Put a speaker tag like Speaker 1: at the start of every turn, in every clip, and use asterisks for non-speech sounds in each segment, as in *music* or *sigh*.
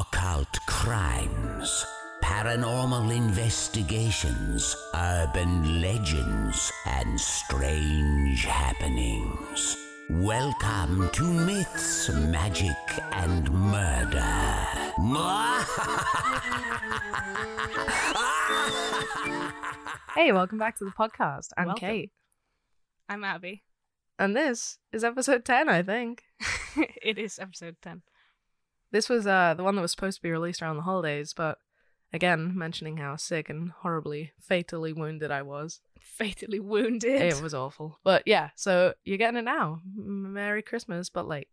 Speaker 1: occult crimes, paranormal investigations, urban legends, and strange happenings. Welcome to Myths, Magic, and *laughs* Murder.
Speaker 2: Hey, welcome back to the podcast. I'm
Speaker 3: Welcome.
Speaker 2: Kate.
Speaker 3: I'm Abby.
Speaker 2: And this is episode 10, I think.
Speaker 3: *laughs* it is episode 10.
Speaker 2: This was uh, the one that was supposed to be released around the holidays, but again, mentioning how sick and horribly, fatally wounded I was,
Speaker 3: Fatally wounded.
Speaker 2: it was awful. But yeah, so you're getting it now. M- Merry Christmas, but late.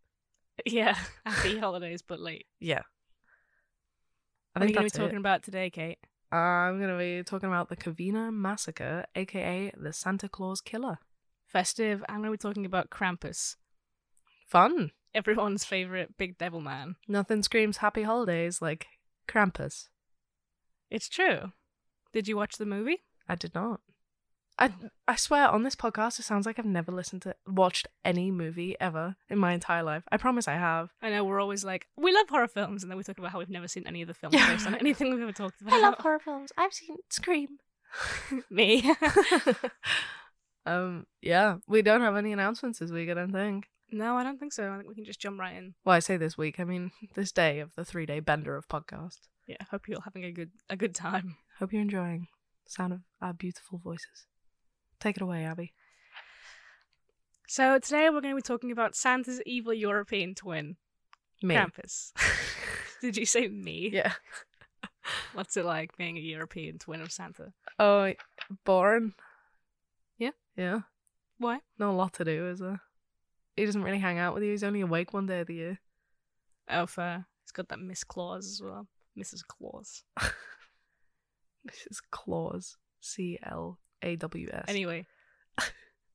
Speaker 3: yeah. Happy holidays, but late.
Speaker 2: Yeah. I
Speaker 3: What are you
Speaker 2: think
Speaker 3: going
Speaker 2: that's
Speaker 3: to be talking
Speaker 2: it.
Speaker 3: about today, Kate?
Speaker 2: I'm going to be talking about the Covina Massacre, aka the Santa Claus Killer.
Speaker 3: Festive. I'm going to be talking about Krampus,
Speaker 2: Fun.
Speaker 3: everyone's favorite big devil man.
Speaker 2: Nothing screams happy holidays like Krampus.
Speaker 3: It's true. Did you watch the movie?
Speaker 2: I did not. I I swear on this podcast it sounds like I've never listened to watched any movie ever in my entire life. I promise I have.
Speaker 3: I know we're always like, we love horror films, and then we talk about how we've never seen any of the films
Speaker 2: Yeah. *laughs*
Speaker 3: based on anything we've ever talked about.
Speaker 2: horror films. I've seen Scream. *laughs*
Speaker 3: Me. *laughs*
Speaker 2: um yeah, we don't have any announcements this week, I don't think.
Speaker 3: no, I don't think so. I think we can just jump right in.
Speaker 2: Well, I say this week, I mean *laughs* this day of the 3-day bender of podcast.
Speaker 3: Yeah, hope you're all having a good a good time.
Speaker 2: Hope you're enjoying the sound of our beautiful voices. Take it away, Abby.
Speaker 3: So today we're going to be talking about Santa's evil European twin.
Speaker 2: Me.
Speaker 3: Krampus. *laughs* Did you say me?
Speaker 2: Yeah.
Speaker 3: What's it like being a European twin of Santa?
Speaker 2: Oh, boring.
Speaker 3: Yeah?
Speaker 2: Yeah.
Speaker 3: Why?
Speaker 2: not a lot to do, is there? He doesn't really hang out with you. He's only awake one day of the year.
Speaker 3: Oh, fair. It's got that Miss Claus as well. Mrs. Claus.
Speaker 2: This is Claus. C L A W S.
Speaker 3: Anyway. *laughs*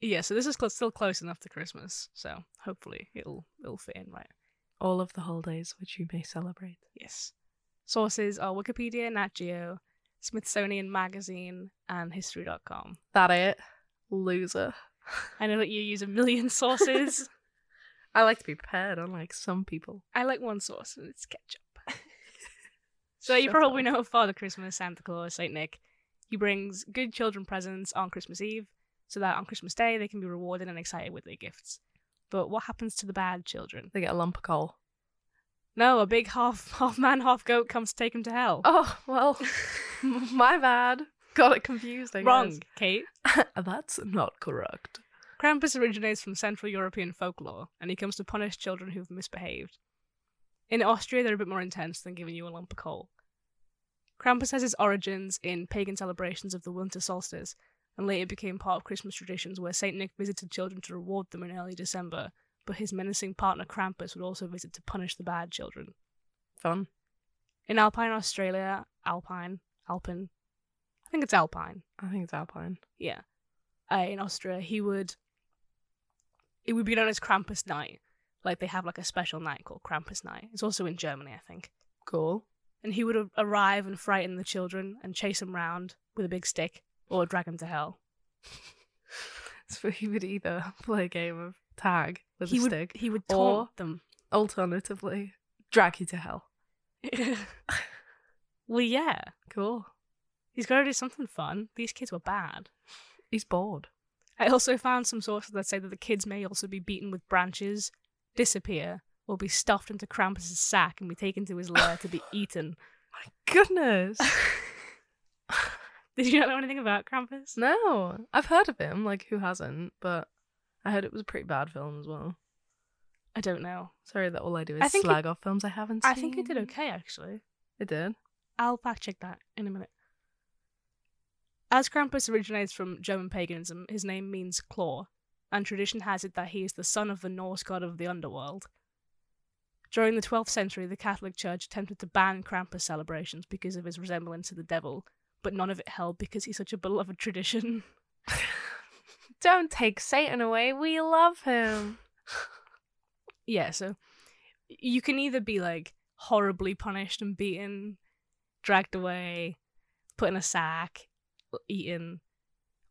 Speaker 3: yeah, so this is cl- still close enough to Christmas, so hopefully it'll it'll fit in right.
Speaker 2: All of the holidays which you may celebrate.
Speaker 3: Yes. Sources are Wikipedia, Nat Geo, Smithsonian Magazine, and History.com.
Speaker 2: That it. Loser.
Speaker 3: I know that you use a million *laughs* sources.
Speaker 2: I like to be prepared, unlike some people.
Speaker 3: I like one source, and it's ketchup. so you
Speaker 2: Shut
Speaker 3: probably
Speaker 2: up.
Speaker 3: know Father Christmas, Santa Claus, Saint Nick. He brings good children presents on Christmas Eve, so that on Christmas Day they can be rewarded and excited with their gifts. But what happens to the bad children?
Speaker 2: They get a lump of coal.
Speaker 3: No, a big half *laughs* half man, half goat comes to take him to hell.
Speaker 2: Oh, well, *laughs* my bad. Got it confused, I
Speaker 3: Wrong, Kate.
Speaker 2: guess. *laughs* That's not correct.
Speaker 3: Krampus originates from Central European folklore, and he comes to punish children who've misbehaved. In Austria, they're a bit more intense than giving you a lump of coal. Krampus has his origins in pagan celebrations of the winter solstice, and later became part of Christmas traditions where Saint Nick visited children to reward them in early December, but his menacing partner Krampus would also visit to punish the bad children.
Speaker 2: Fun.
Speaker 3: In Alpine Australia, Alpine, Alpine, I think it's Alpine,
Speaker 2: I think it's Alpine.
Speaker 3: yeah, uh, in Austria, he would. It would be known as Krampus Night. Like they have like a special night called Krampus Night. It's also in Germany, I think.
Speaker 2: Cool.
Speaker 3: And he would a- arrive and frighten the children and chase them round with a big stick or drag them to hell.
Speaker 2: So he would either play a game of tag with
Speaker 3: he
Speaker 2: a
Speaker 3: would
Speaker 2: stick,
Speaker 3: he would
Speaker 2: or-
Speaker 3: taunt them.
Speaker 2: alternatively, drag you to hell.
Speaker 3: well, yeah,
Speaker 2: Cool.
Speaker 3: he's got to do something fun. These kids were bad.
Speaker 2: He's bored.
Speaker 3: I also found some sources that say that the kids may also be beaten with branches, disappear, or be stuffed into Krampus's sack and be taken to his lair to be eaten.
Speaker 2: *laughs* Goodness.
Speaker 3: Did you not know anything about Krampus?
Speaker 2: no. I've heard of him, like who hasn't, but I heard it was a pretty bad film as well.
Speaker 3: I don't know.
Speaker 2: Sorry that all I do
Speaker 3: I
Speaker 2: is
Speaker 3: think
Speaker 2: slag off films I haven't seen.
Speaker 3: I think it did okay, actually.
Speaker 2: It did. *laughs*
Speaker 3: I'll fact check that in a minute. As Krampus originates from German paganism, his name means claw, and tradition has it that he is the son of the Norse god of the underworld. During the 12th century, the Catholic Church attempted to ban Krampus celebrations because of his resemblance to the devil, but none of it held because he's such a beloved tradition. *laughs*
Speaker 2: Don't take Satan away. We love *laughs* him.
Speaker 3: yeah so you can either be like horribly punished and beaten dragged away put in a sack eaten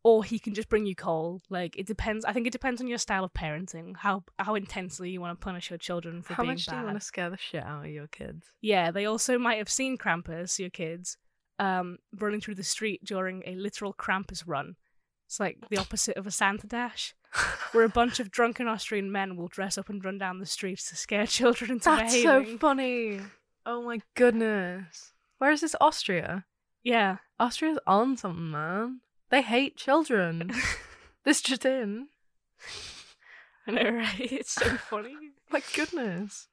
Speaker 3: or he can just bring you coal. Like it depends. I think it depends on your style of parenting, how how intensely you want to punish your children for
Speaker 2: How
Speaker 3: being
Speaker 2: much
Speaker 3: bad.
Speaker 2: do you want to scare the shit out of your *laughs* kids?
Speaker 3: Yeah, they also might have seen Krampus, your kids, um, running through the street during a literal Krampus run. It's like the opposite of a Santa dash, where a bunch of drunken Austrian men will dress up and run down the streets to scare *laughs* children into
Speaker 2: That's so
Speaker 3: behaving.
Speaker 2: funny. Oh my goodness. Where is this Austria?
Speaker 3: yeah,
Speaker 2: Austria's on something, man. They hate *laughs* children. this just in.
Speaker 3: I know, *laughs* right? It's so funny.
Speaker 2: My goodness.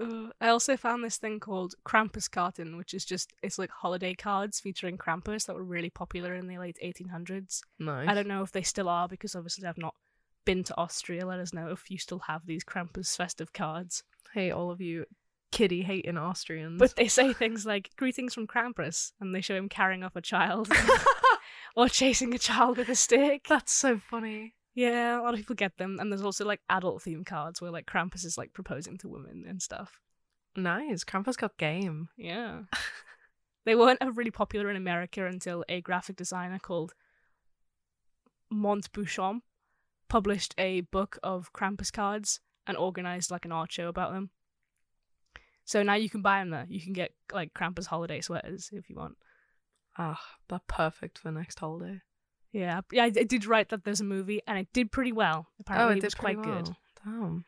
Speaker 3: Ugh. I also found this thing called Krampus carton, which is just it's like holiday cards featuring Krampus that were really popular in the late 1800s.
Speaker 2: Nice.
Speaker 3: I don't know if they still are because obviously I've not been to Austria. Let us know if you still have these Krampus festive cards.
Speaker 2: Hey, all of you kiddie hating Austrians. *laughs*
Speaker 3: But they say things like greetings from Krampus and they show him carrying off a *laughs* child or chasing a child with a stick.
Speaker 2: *laughs* That's so funny.
Speaker 3: Yeah, a lot of people get them. And there's also like adult theme cards where like Krampus is like proposing to women and stuff.
Speaker 2: Nice. Krampus got game. *laughs*
Speaker 3: Yeah. they weren't uh, really popular in America until a graphic designer called Mont Bouchamp published a book of Krampus cards and organized like an art show about them. So now you can buy them there. You can get like Krampus holiday sweaters if you want.
Speaker 2: Ah, they're perfect for next holiday.
Speaker 3: Yeah, yeah, I, I did write that there's a movie, and it did pretty well.
Speaker 2: Oh,
Speaker 3: Apparently, Oh, it, was quite
Speaker 2: pretty
Speaker 3: good.
Speaker 2: well. Damn.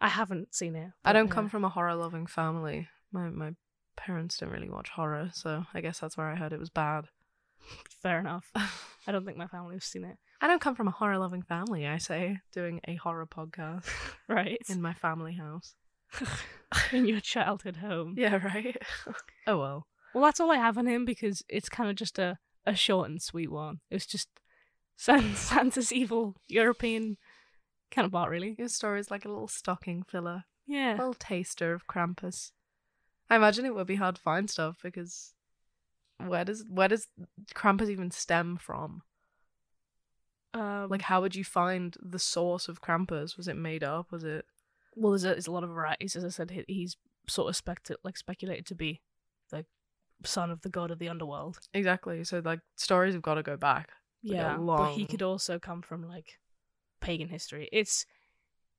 Speaker 3: I haven't seen it.
Speaker 2: I
Speaker 3: but,
Speaker 2: don't
Speaker 3: yeah.
Speaker 2: come from a horror loving family. My my parents don't really watch horror, so I guess that's where I heard it was bad.
Speaker 3: *laughs*
Speaker 2: *laughs*
Speaker 3: Fair enough. I don't think my family has seen it. *laughs*
Speaker 2: I don't come from a horror loving family, I say, doing a horror podcast *laughs*
Speaker 3: Right
Speaker 2: in my family *laughs* house.
Speaker 3: *laughs* in your childhood home.
Speaker 2: Yeah, right? *laughs* oh well.
Speaker 3: Well, that's all I have on him because it's kind of just a, a short and sweet one. It's just San- *laughs* Santa's evil European kind of art, really.
Speaker 2: Your story's like a little stocking filler, a
Speaker 3: Yeah.
Speaker 2: little taster of Krampus. I imagine it would be hard to find stuff because where does where does Krampus even stem from?
Speaker 3: Um,
Speaker 2: Like, how would you find the source of Krampus? Was it made up? Was it
Speaker 3: well, there's a, there's a lot of varieties. As I said, he, he's sort of spect- like speculated to be the son of the god of the underworld.
Speaker 2: exactly? So, like, stories have got to go back. Like a
Speaker 3: but he
Speaker 2: long-
Speaker 3: could also come from like pagan history. It's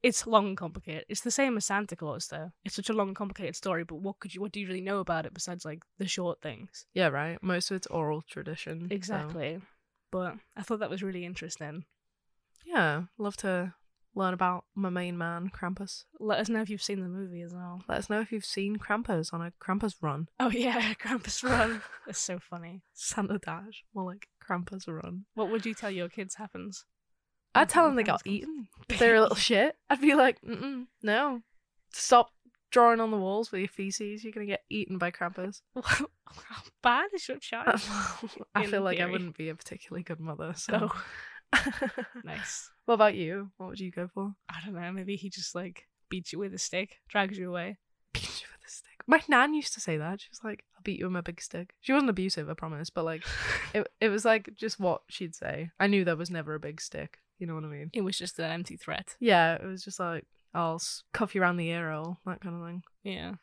Speaker 3: it's long and complicated. It's the same as Santa Claus, though. It's such a long and complicated story. But what could you what do you really know about it besides like the short things?
Speaker 2: Yeah, right. Most of it's oral tradition. Mm, so-
Speaker 3: Exactly. But I thought that was really interesting.
Speaker 2: Yeah, love to learn about my main man, Krampus.
Speaker 3: Let us know if you've seen the movie as well. *laughs*
Speaker 2: Let us know if you've seen Krampus on a Krampus run. *laughs*
Speaker 3: Oh yeah, *laughs* Krampus Run. That's so funny.
Speaker 2: Santa Dash, more like Krampus run.
Speaker 3: What would you tell your kids happens?
Speaker 2: I'd tell them they
Speaker 3: Krampus
Speaker 2: got
Speaker 3: comes. *laughs*
Speaker 2: eaten. If They're a little shit. I'd be like, Mm-mm, no, stop drawing on the walls with your feces. You're gonna get eaten by Krampus.
Speaker 3: How bad
Speaker 2: *laughs*
Speaker 3: is your child?
Speaker 2: I
Speaker 3: In
Speaker 2: feel like I
Speaker 3: theory.
Speaker 2: wouldn't be a particularly good mother. So,
Speaker 3: Oh, *laughs* nice.
Speaker 2: *laughs* what about you? What would you go for?
Speaker 3: I don't know. Maybe he just like beats you with a stick, drags you away.
Speaker 2: Beat you with a stick. My nan used to say that. She was like, "I'll beat you with my big stick." She wasn't abusive, I promise, but *laughs* like, it it was like just what she'd say. I knew there was never a big stick. You know what I mean?
Speaker 3: It was just an empty threat.
Speaker 2: Yeah, it was just like, "I'll s- cuff you around the ear," or that kind of thing.
Speaker 3: Yeah.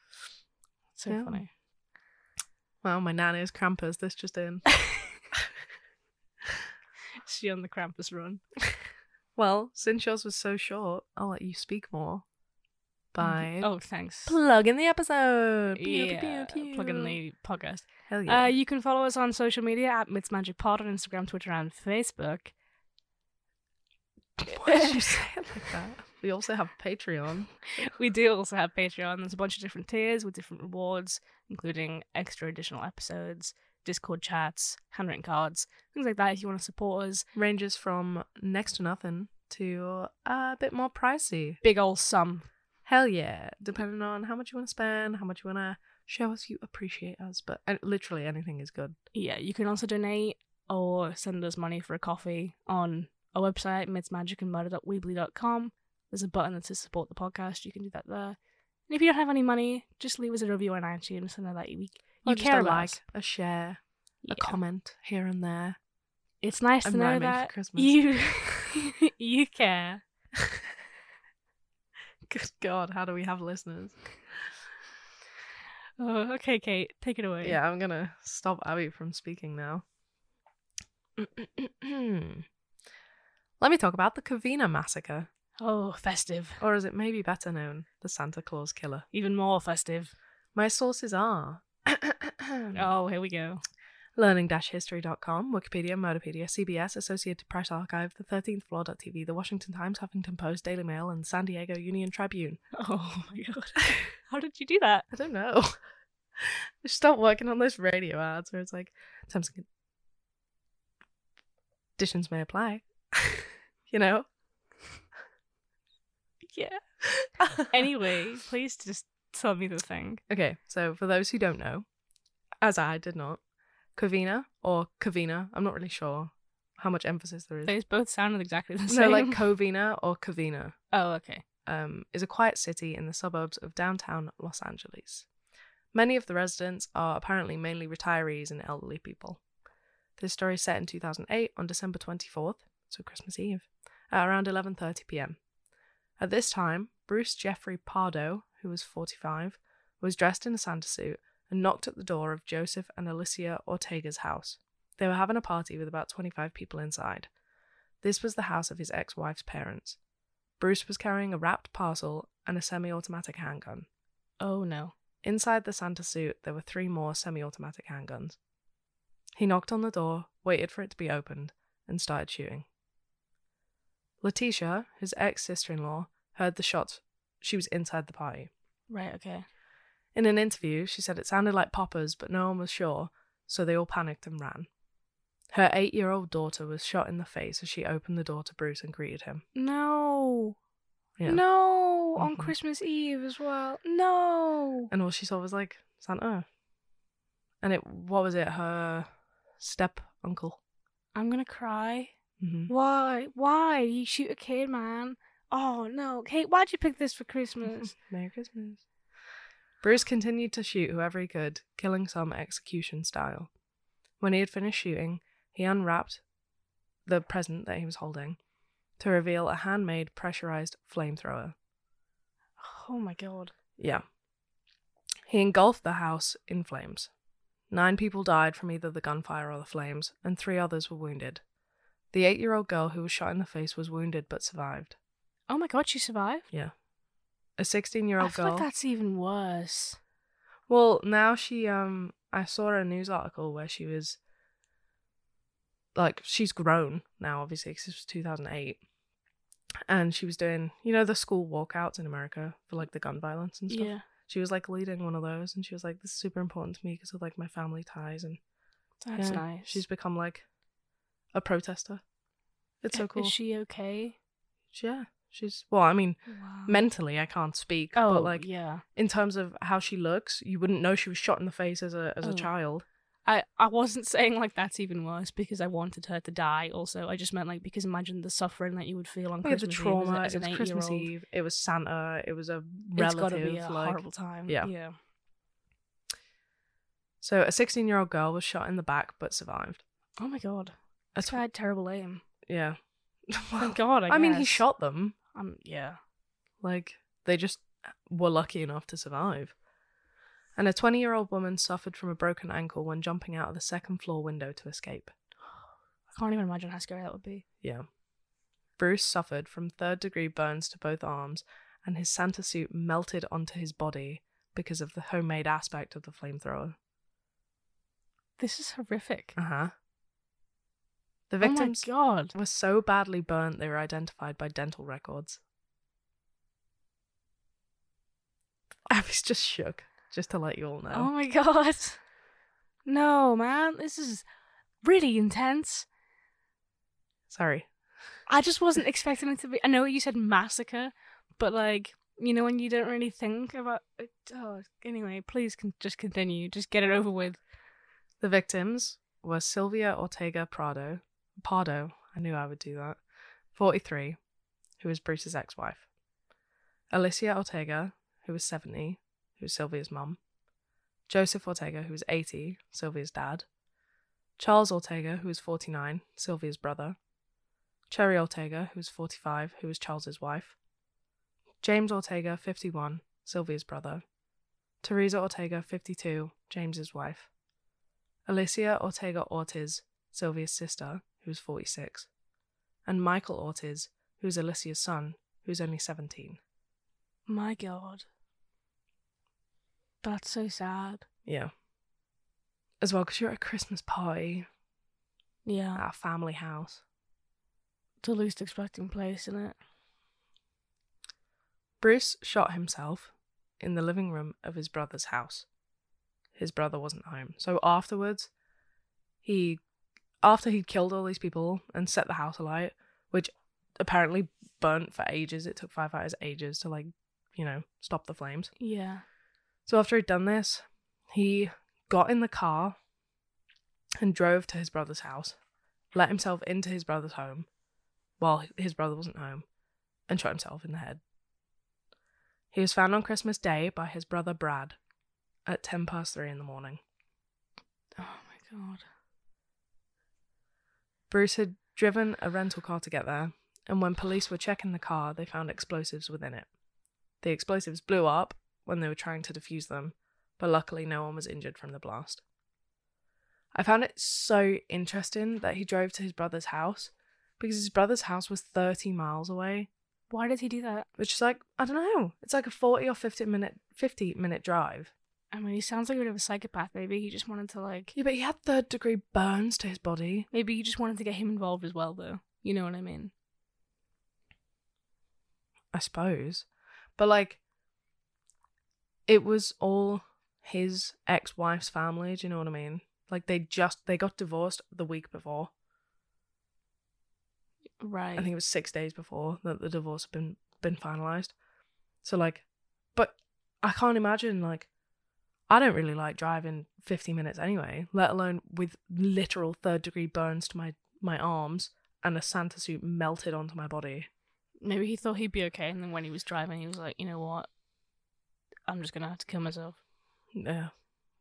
Speaker 3: So
Speaker 2: Yeah.
Speaker 3: funny.
Speaker 2: Well, my nan is Krampus. This just *laughs* in.
Speaker 3: She on the Krampus run.
Speaker 2: Well, since yours was so short, I'll let you speak more by
Speaker 3: Mm, Oh, thanks.
Speaker 2: plug in the episode. Pew, pew,
Speaker 3: Yeah,
Speaker 2: pew, pew.
Speaker 3: plug in the podcast.
Speaker 2: Hell yeah. *laughs*
Speaker 3: Uh, you can follow us on social media at Myths Magic Pod on Instagram, Twitter, and Facebook.
Speaker 2: Why did you say it like that? We also have Patreon.
Speaker 3: We do also have Patreon. There's a bunch of different tiers with different rewards, including extra additional episodes, Discord chats, handwritten cards, things like that. If you want to support us,
Speaker 2: ranges from next to nothing to uh, a bit more pricey.
Speaker 3: big ol' sum.
Speaker 2: Hell yeah. Depending on how much you want to spend, how much you want to show us you appreciate us, but uh, literally anything is good.
Speaker 3: Yeah, you can also donate or send us money for a coffee on our website, midsmagicandmurder.weebly.com. There's a button that says support the podcast. You can do that there. And if you don't have any money, just leave us a review on iTunes and know that we you
Speaker 2: Or just
Speaker 3: care
Speaker 2: a
Speaker 3: about
Speaker 2: like,
Speaker 3: us.
Speaker 2: a share,
Speaker 3: Yeah.
Speaker 2: a comment here and there.
Speaker 3: It's nice to
Speaker 2: I'm
Speaker 3: know
Speaker 2: rhyming
Speaker 3: that
Speaker 2: for Christmas.
Speaker 3: you *laughs* you *laughs* care.
Speaker 2: Good God, how do we have listeners?
Speaker 3: Oh, okay, Kate, take it away.
Speaker 2: Yeah, I'm gonna stop Abby from speaking now. *clears throat* Let me talk about the Covina massacre,
Speaker 3: Oh, festive.
Speaker 2: or as it may be better known, the Santa Claus Killer.
Speaker 3: Even more festive.
Speaker 2: My sources are *clears throat*
Speaker 3: Oh, here we go.
Speaker 2: learning-history.com, Wikipedia, Murderpedia, CBS, Associated Press Archive, The 13th Floor.tv, The Washington Times, Huffington Post, Daily Mail, and San Diego Union Tribune.
Speaker 3: Oh my god. *laughs* How did you do that?
Speaker 2: I don't know. *laughs* I should start working on those radio ads where it's like, terms and conditions may apply. *laughs* you know? *laughs*
Speaker 3: Yeah. Anyway, please just tell me the thing.
Speaker 2: Okay, so for those who don't know, as I did not, Covina or Covina, I'm not really sure how much emphasis
Speaker 3: *laughs*
Speaker 2: there is.
Speaker 3: Those both sounded exactly the
Speaker 2: No,
Speaker 3: same. *laughs*
Speaker 2: like Covina or Covina
Speaker 3: oh, okay.
Speaker 2: um, is a quiet city in the suburbs of downtown Los Angeles. Many of the residents are apparently mainly retirees and elderly people. This story is set in 2008 on December 24th, so Christmas Eve, at around 11:30 p.m. At this time, Bruce Jeffrey Pardo, who was 45, was dressed in a Santa suit and knocked at the door of Joseph and Alicia Ortega's house. They were having a party with about 25 people inside. This was the house of his ex-wife's parents. Bruce was carrying a wrapped parcel and a semi automatic handgun.
Speaker 3: Oh no.
Speaker 2: Inside the Santa suit, there were three more semi automatic handguns. He knocked on the door, waited for it to be opened, and started shooting. Letitia, his ex sister in law, heard the shots. She was inside the party.
Speaker 3: Right, okay.
Speaker 2: In an interview, she said it sounded like poppers, but no one was sure, so they all panicked and ran. Her eight year old daughter was shot in the face as she opened the door to Bruce and greeted him.
Speaker 3: No.
Speaker 2: Yeah.
Speaker 3: No. On
Speaker 2: Mhm.
Speaker 3: Christmas Eve as well. No.
Speaker 2: and all she saw was like Santa. And it, what was it? Her step uncle.
Speaker 3: I'm gonna cry.
Speaker 2: hmm
Speaker 3: Why? Why you shoot a kid, man? Oh no, Kate, why'd you pick this for *laughs* Christmas?
Speaker 2: *laughs* Merry Christmas. Bruce continued to shoot whoever he could, killing some execution style. When he had finished shooting, he unwrapped the present that he was holding to reveal a handmade pressurized flamethrower.
Speaker 3: oh my god.
Speaker 2: Yeah. He engulfed the house in flames. Nine people died from either the gunfire or the flames, and three others were wounded. The eight year old girl who was shot in the face was wounded but survived.
Speaker 3: Oh my god, she survived.
Speaker 2: Yeah. A 16 year
Speaker 3: I
Speaker 2: old
Speaker 3: feel
Speaker 2: girl.
Speaker 3: like that's even worse.
Speaker 2: Well, now she, um, I saw a news article where she was like, she's grown now, obviously, because this was 2008. And she was doing, you know, the school walkouts in America for like the gun violence and stuff.
Speaker 3: Yeah.
Speaker 2: she was like leading one of those and she was like this is super important to me because of like my family ties and
Speaker 3: That's
Speaker 2: yeah,
Speaker 3: nice.
Speaker 2: she's become like a protester it's so
Speaker 3: I-
Speaker 2: cool
Speaker 3: Eh, Is she okay?
Speaker 2: yeah she's well i mean
Speaker 3: Wow.
Speaker 2: mentally i can't speak
Speaker 3: Oh,
Speaker 2: but like
Speaker 3: yeah.
Speaker 2: in terms of how she looks you wouldn't know she was shot in the face as a as
Speaker 3: Oh.
Speaker 2: a child
Speaker 3: I, I wasn't saying like that's even worse because I wanted her to die. Also, I just meant like because imagine the suffering that you would feel on
Speaker 2: Look at the
Speaker 3: Christmas Eve
Speaker 2: trauma
Speaker 3: as,
Speaker 2: it
Speaker 3: an
Speaker 2: was
Speaker 3: eight year
Speaker 2: christmas
Speaker 3: old.
Speaker 2: eve it was santa it was a
Speaker 3: It's
Speaker 2: relative
Speaker 3: gotta be a
Speaker 2: like
Speaker 3: horrible time.
Speaker 2: yeah.
Speaker 3: Yeah.
Speaker 2: so a 16 year old girl was shot in the back but survived
Speaker 3: Oh my god.
Speaker 2: A
Speaker 3: That's why I had terrible aim.
Speaker 2: tw- yeah *laughs*
Speaker 3: Thank God. I,
Speaker 2: Oh, i mean he
Speaker 3: guess.
Speaker 2: shot them
Speaker 3: Um. Yeah.
Speaker 2: Like, they just were lucky enough to survive. And a 20 year old woman suffered from a broken ankle when jumping out of the second floor window to escape.
Speaker 3: I can't even imagine how scary that would be.
Speaker 2: Yeah. Bruce suffered from third degree burns to both arms, and his Santa suit melted onto his body because of the homemade aspect of the flamethrower.
Speaker 3: This is horrific.
Speaker 2: Uh huh. The
Speaker 3: Uh-huh. oh my
Speaker 2: victims
Speaker 3: god.
Speaker 2: were so badly burnt they were identified by dental records. Abby's just shook, just to let you all know.
Speaker 3: Oh my *laughs* god. No, man. This is really intense.
Speaker 2: Sorry.
Speaker 3: I just wasn't expecting it to be. I know you said massacre, but like, you know, when you don't really think about it. Oh, anyway, please con- just continue. Just get it over with.
Speaker 2: The victims were Sylvia Ortega Prado, Pardo, I knew I would do that, 43, who was Bruce's ex wife, Alicia Ortega, who was 70, who was Sylvia's mum, Joseph Ortega, who was 80, Sylvia's dad, Charles Ortega, who was 49, Sylvia's brother, Cherry Ortega, who was 45, who was Charles's wife, James Ortega, 51, Sylvia's brother, Teresa Ortega, 52, James's wife. Alicia Ortega Ortiz, Sylvia's sister, who's 46, and Michael Ortiz, who's Alicia's son, who's only 17.
Speaker 3: My God. That's so sad.
Speaker 2: Yeah. As well, because you're at a Christmas party
Speaker 3: Yeah.
Speaker 2: at a family house.
Speaker 3: It's the least expecting place, isn't it?
Speaker 2: Bruce shot himself in the living room of his brother's house. His brother wasn't home. So afterwards, he after he'd killed all these people and set the house alight, which apparently burnt for ages. It took firefighters ages to like, you know, stop the flames.
Speaker 3: Yeah.
Speaker 2: So after he'd done this, he got in the car and drove to his brother's house, let himself into his brother's home while his brother wasn't home, and shot himself in the head. He was found on Christmas Day by his brother Brad at 10 past 3 in the morning.
Speaker 3: Oh my God.
Speaker 2: Bruce had driven a rental car to get there, and when police were checking the car, they found explosives within it. The explosives blew up when they were trying to defuse them, but luckily no one was injured from the blast. I found it so interesting that he drove to his brother's house because his brother's house was 30 miles away,
Speaker 3: Why did he do that?
Speaker 2: which is like, I don't know, it's like a 40 or 50 minute 50 minute drive.
Speaker 3: I mean, he sounds like a bit of a psychopath. Maybe he just wanted to, like,
Speaker 2: Yeah, but he had third degree burns to his body.
Speaker 3: maybe he just wanted to get him involved as well, though. You know what I mean?
Speaker 2: I suppose. But like, it was all his ex wife's family. Do you know what I mean? Like they just they got divorced the week before.
Speaker 3: Right.
Speaker 2: I think it was six days before that the divorce had been been finalized. So like, but I can't imagine like. I don't really like driving 50 minutes anyway, let alone with literal third degree burns to my, my arms and a Santa suit melted onto my body.
Speaker 3: maybe he thought he'd be okay, and then when he was driving, he was like, you know what? I'm just gonna have to kill myself.
Speaker 2: Yeah.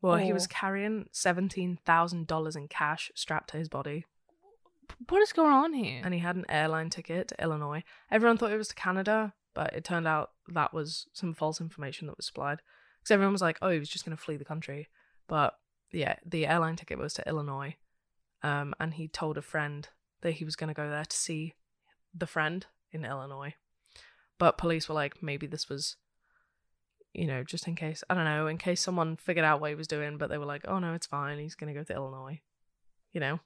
Speaker 2: Well, he was
Speaker 3: Or-
Speaker 2: carrying seventeen thousand dollars in cash strapped to his body,
Speaker 3: What is going on here?
Speaker 2: and he had an airline ticket to Illinois. Everyone thought it was to Canada, but it turned out that was some false information that was supplied. Because everyone was like, "Oh, he was just going to flee the country," but yeah, the airline ticket was to Illinois, um, and he told a friend that he was going to go there to see the friend in Illinois. But police were like, maybe this was, you know, just in case, I don't know, in case someone figured out what he was doing, but they were like, oh no, it's fine. He's going to go to Illinois. You know?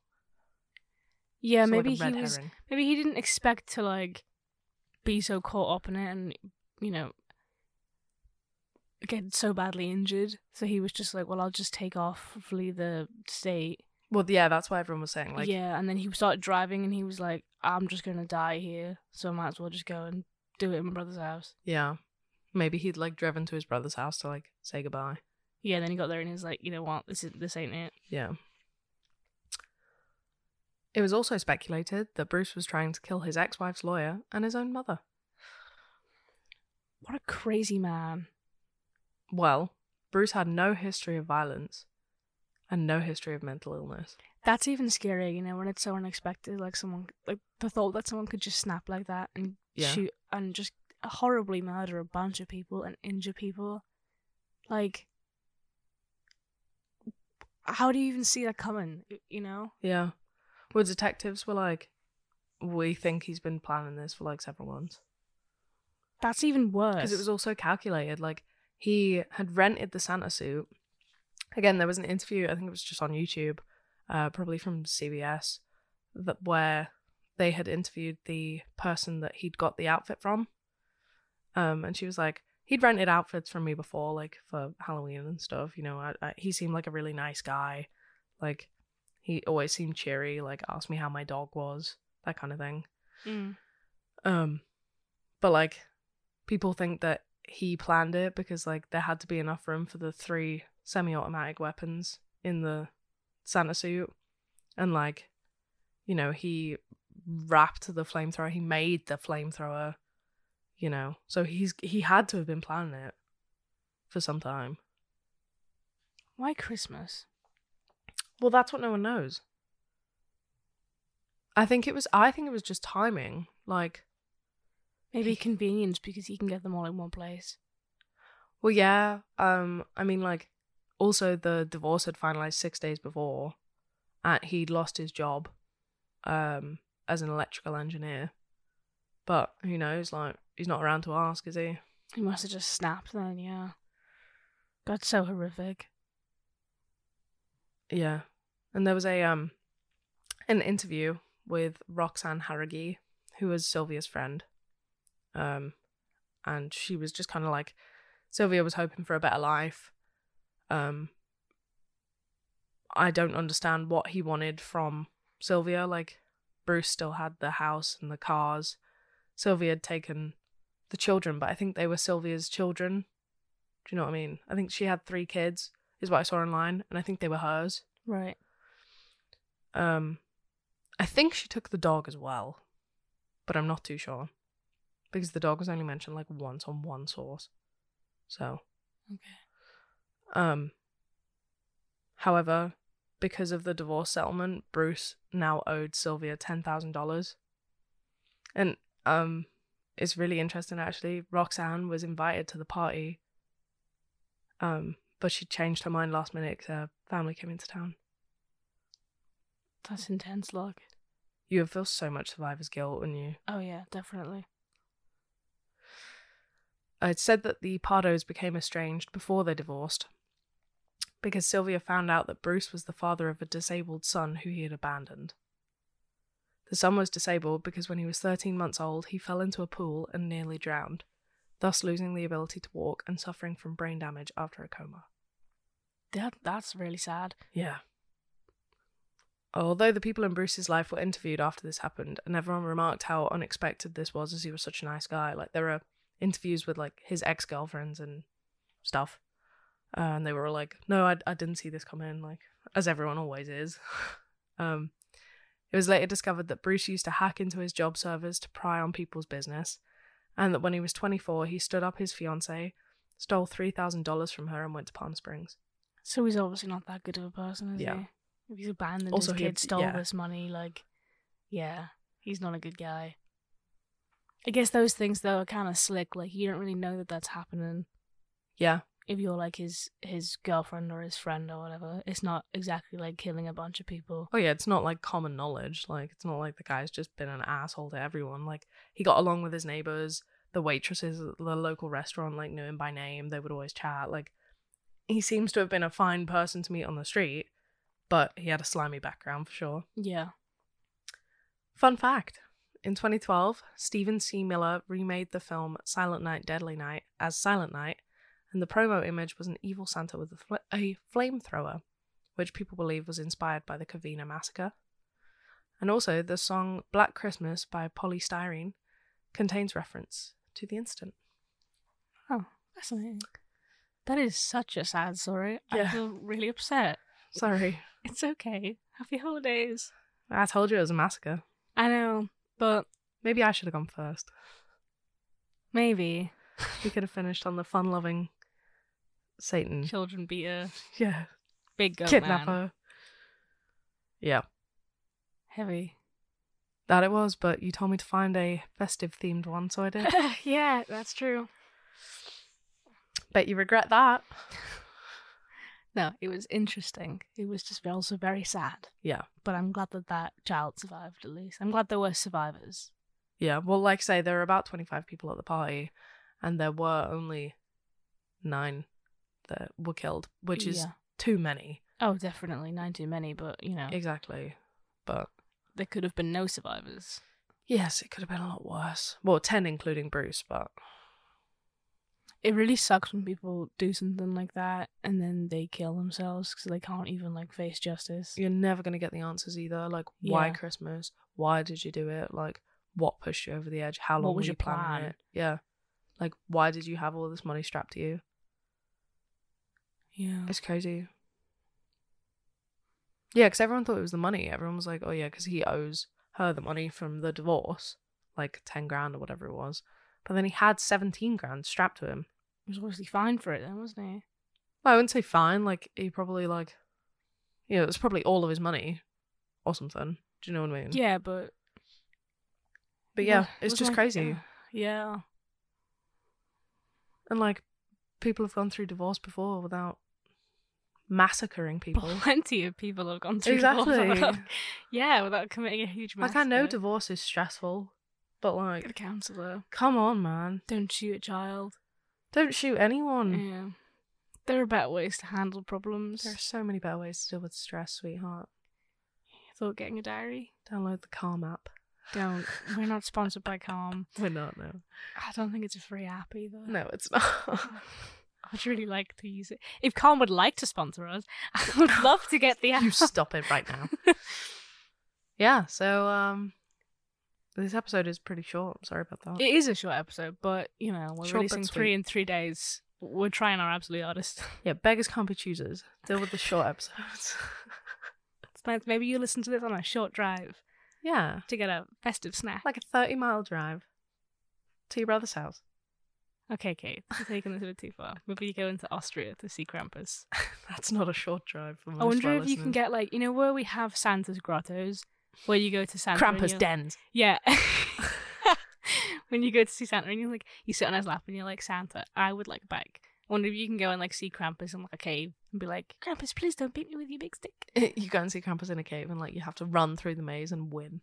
Speaker 3: yeah,
Speaker 2: Sort of
Speaker 3: maybe
Speaker 2: a red
Speaker 3: he was.
Speaker 2: herring.
Speaker 3: Maybe he didn't expect to like be so caught up in it, and you know, get so badly injured. So he was just like, well, I'll just take off, flee the state.
Speaker 2: Well, yeah, that's why everyone was saying, like,
Speaker 3: yeah, and then he started driving, and he was like, I'm just gonna die here, so I might as well just go and do it in my brother's house.
Speaker 2: yeah. Maybe he'd like driven to his brother's house to like say goodbye.
Speaker 3: Yeah, then he got there and he was like, you know what, this is this ain't it.
Speaker 2: Yeah. It was also speculated that Bruce was trying to kill his ex wife's lawyer and his own mother.
Speaker 3: What a crazy man.
Speaker 2: Well, Bruce had no history of violence and no history of mental illness.
Speaker 3: That's even scary, you know, when it's so unexpected. Like someone, like the thought that someone could just snap like that and
Speaker 2: Yeah.
Speaker 3: shoot and just horribly murder a bunch of people and injure people. Like, how do you even see that coming? You know?
Speaker 2: Yeah. Well, detectives were like, we think he's been planning this for like several months.
Speaker 3: That's even worse.
Speaker 2: Because it was also calculated. Like, he had rented the Santa suit. Again, there was an interview, I think it was just on YouTube, uh, probably from CBS, that where they had interviewed the person that he'd got the outfit from. Um, and she was like, he'd rented outfits from me before, like for Halloween and stuff. You know, I, I, he seemed like a really nice guy. Like, he always seemed cheery, like, asked me how my dog was, that kind of thing.
Speaker 3: Mm.
Speaker 2: Um, but like, people think that he planned it because like there had to be enough room for the three semi-automatic weapons in the Santa suit, and like, you know, he wrapped the flamethrower. He made the flamethrower. You know, so he's he had to have been planning it for some time.
Speaker 3: Why Christmas?
Speaker 2: Well, that's what no one knows. I think it was. I think it was just timing. Like,
Speaker 3: Maybe convenience because you can get them all in one place.
Speaker 2: Well, yeah. Um, I mean, like, also the divorce had finalized six days before, and he'd lost his job um, as an electrical engineer. But who knows? Like, he's not around to ask, is he?
Speaker 3: He must have just snapped then, yeah. God, so horrific.
Speaker 2: Yeah. And there was a um an interview with Roxanne Harrogee, who was Sylvia's friend. Um and she was just kind of like Sylvia was hoping for a better life. Um I don't understand what he wanted from Sylvia. Like Bruce still had the house and the cars. Sylvia had taken the children, but I think they were Sylvia's children. Do you know what I mean? I think she had three kids, is what I saw online, and I think they were hers.
Speaker 3: Right.
Speaker 2: Um, I think she took the dog as well, but I'm not too sure because the dog was only mentioned like once on one source. So,
Speaker 3: Okay.
Speaker 2: um, however, because of the divorce settlement, Bruce now owed Sylvia ten thousand dollars, and um, it's really interesting actually. Roxanne was invited to the party, um, but she changed her mind last minute 'cause her family came into town.
Speaker 3: That's intense, look.
Speaker 2: You would feel so much survivor's guilt, wouldn't you?
Speaker 3: Oh, yeah, definitely.
Speaker 2: I'd said that the Pardos became estranged before they divorced because Sylvia found out that Bruce was the father of a disabled son who he had abandoned. The son was disabled because when he was 13 months old, he fell into a pool and nearly drowned, thus losing the ability to walk and suffering from brain damage after a coma.
Speaker 3: That, that's really sad.
Speaker 2: Yeah. Although the people in Bruce's life were interviewed after this happened, and everyone remarked how unexpected this was as he was such a nice guy. Like, there were interviews with, like, his ex girlfriends and stuff. Uh, and they were all like, no, I, I didn't see this coming, like, as everyone always is. *laughs* um, it was later discovered that Bruce used to hack into his job servers to pry on people's business, and that when he was 24, he stood up his fiancee, stole $3,000 from her, and went to Palm Springs.
Speaker 3: So he's obviously not that good of a person, is
Speaker 2: Yeah.
Speaker 3: he? If he's abandoned
Speaker 2: Also,
Speaker 3: his
Speaker 2: he-
Speaker 3: kid, stole
Speaker 2: yeah.
Speaker 3: this money, like, yeah, he's not a good guy. I guess those things though are kind of slick. Like you don't really know that that's happening
Speaker 2: Yeah.
Speaker 3: if you're like his his girlfriend or his friend or whatever. It's not exactly like killing a bunch of people.
Speaker 2: Oh yeah, it's not like common knowledge. Like it's not like the guy's just been an asshole to everyone. Like he got along with his neighbors, the waitresses at the local restaurant like knew him by name. They would always chat. Like he seems to have been a fine person to meet on the street, but he had a slimy background for sure.
Speaker 3: Yeah.
Speaker 2: Fun fact. In 2012, Stephen C. Miller remade the film Silent Night, Deadly Night as Silent Night, and the promo image was an evil Santa with a, fl- a flamethrower, which people believe was inspired by the Covina massacre. And also, the song Black Christmas by Polystyrene contains reference to the incident.
Speaker 3: Oh, that's amazing. That is such a sad story. I
Speaker 2: Yeah.
Speaker 3: feel really upset.
Speaker 2: Sorry,
Speaker 3: It's okay. Happy holidays.
Speaker 2: I told you it was a massacre.
Speaker 3: I know, but
Speaker 2: Maybe I should have gone first.
Speaker 3: maybe
Speaker 2: We could have finished on the fun loving Satan.
Speaker 3: children beater,
Speaker 2: Yeah,
Speaker 3: big goat
Speaker 2: kidnapper.
Speaker 3: man,
Speaker 2: Yeah.
Speaker 3: heavy.
Speaker 2: That it was, but you told me to find a festive themed one, so I did.
Speaker 3: *laughs* yeah, that's true.
Speaker 2: *laughs* Bet you regret that.
Speaker 3: No, it was interesting. It was just also very sad.
Speaker 2: Yeah.
Speaker 3: But I'm glad that that child survived at least. I'm glad there were survivors.
Speaker 2: Yeah, well, like I say, there were about 25 people at the party, and there were only nine that were killed, which is
Speaker 3: Yeah.
Speaker 2: too many.
Speaker 3: Oh, definitely. Nine too many, but you know,
Speaker 2: Exactly. But
Speaker 3: there could have been no survivors.
Speaker 2: yes, it could have been a lot worse. Well, 10 including Bruce, but
Speaker 3: It really sucks when people do something like that and then they kill themselves because they can't even like face justice.
Speaker 2: you're never going to get the answers either. Like, why
Speaker 3: Yeah.
Speaker 2: Christmas? Why did you do it? Like, what pushed you over the edge? How
Speaker 3: What
Speaker 2: long
Speaker 3: was
Speaker 2: were
Speaker 3: your
Speaker 2: you planning
Speaker 3: plan?
Speaker 2: it? Yeah. Like, why did you have all this money strapped to you?
Speaker 3: Yeah.
Speaker 2: It's crazy. Yeah, because everyone thought it was the money. Everyone was like, oh, yeah, because he owes her the money from the divorce, like 10 grand or whatever it was. But then he had 17 grand strapped to him.
Speaker 3: He was obviously fine for it then, wasn't he?
Speaker 2: Well, I wouldn't say fine. Like, he probably, like, you know, it was probably all of his money or something. Do you know what I mean?
Speaker 3: Yeah, but
Speaker 2: Mm. But
Speaker 3: It
Speaker 2: yeah,
Speaker 3: was-
Speaker 2: it's
Speaker 3: was
Speaker 2: just
Speaker 3: like-
Speaker 2: crazy.
Speaker 3: Yeah.
Speaker 2: And, like, people have gone through divorce before without massacring people. *laughs*
Speaker 3: Plenty of people have gone through
Speaker 2: exactly.
Speaker 3: divorce. yeah, without committing a huge
Speaker 2: Like
Speaker 3: massacre.
Speaker 2: I know divorce is stressful, but
Speaker 3: Get a
Speaker 2: like,
Speaker 3: counsellor.
Speaker 2: come on, man,
Speaker 3: Don't shoot a child.
Speaker 2: don't shoot anyone.
Speaker 3: Yeah. There are better ways to handle problems.
Speaker 2: Hmm. There are so many better ways to deal with stress, sweetheart.
Speaker 3: I thought getting a diary.
Speaker 2: Download the Calm app.
Speaker 3: Don't. We're not sponsored by Calm.
Speaker 2: We're not no.
Speaker 3: I don't think it's a free app either.
Speaker 2: No, it's *laughs* not.
Speaker 3: I'd really like to use it. If Calm would like to sponsor us, *laughs* I
Speaker 2: *laughs*
Speaker 3: would love to get the app.
Speaker 2: you stop it right *laughs* now. yeah. So um, this episode is pretty short. I'm sorry about that.
Speaker 3: *laughs* It is a short episode, but you know we're
Speaker 2: Short but
Speaker 3: releasing three
Speaker 2: sweet.
Speaker 3: in three days. We're trying our absolute hardest. *laughs*
Speaker 2: yeah, beggars can't be choosers. Deal with the short episodes. *laughs*
Speaker 3: Spence, Maybe you listen to this on a short drive
Speaker 2: yeah,
Speaker 3: to get a festive snack.
Speaker 2: like a thirty-mile drive to your brother's house.
Speaker 3: Okay, Kate, you're taking this a bit too far. Maybe you go into Austria to see Krampus.
Speaker 2: *laughs* That's not a short drive. For most
Speaker 3: I wonder
Speaker 2: of our
Speaker 3: if you can
Speaker 2: listeners.
Speaker 3: get like you know where we have Santa's grottos, where you go to Santa. and
Speaker 2: Krampus
Speaker 3: you're-
Speaker 2: dens.
Speaker 3: Yeah. *laughs* when you go to see Santa and you're like, you sit on his lap and you're like, Santa, I would like a bike. I wonder if you can go and like see Krampus in like a cave and be like, Krampus, please don't beat me with your big stick.
Speaker 2: *laughs* you go and see Krampus in a cave, and like you have to run through the maze and win.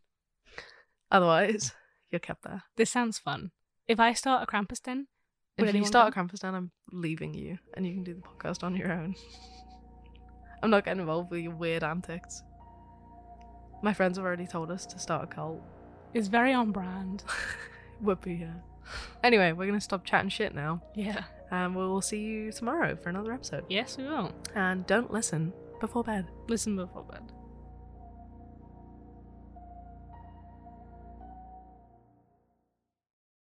Speaker 2: Otherwise, *laughs* you're kept there.
Speaker 3: This sounds fun. If I start a Krampus den, Would
Speaker 2: If you
Speaker 3: anyone
Speaker 2: start a Krampus den, I'm leaving you, and you can do the podcast on your own. *laughs* I'm not getting involved with your weird antics. My friends have already told us to start a cult.
Speaker 3: it's very on brand. *laughs*
Speaker 2: Would be here. *laughs* Anyway, we're gonna stop chatting shit now,
Speaker 3: Yeah.
Speaker 2: and we'll see you tomorrow for another episode.
Speaker 3: Yes, we will.
Speaker 2: And don't listen before bed.
Speaker 3: Listen before bed.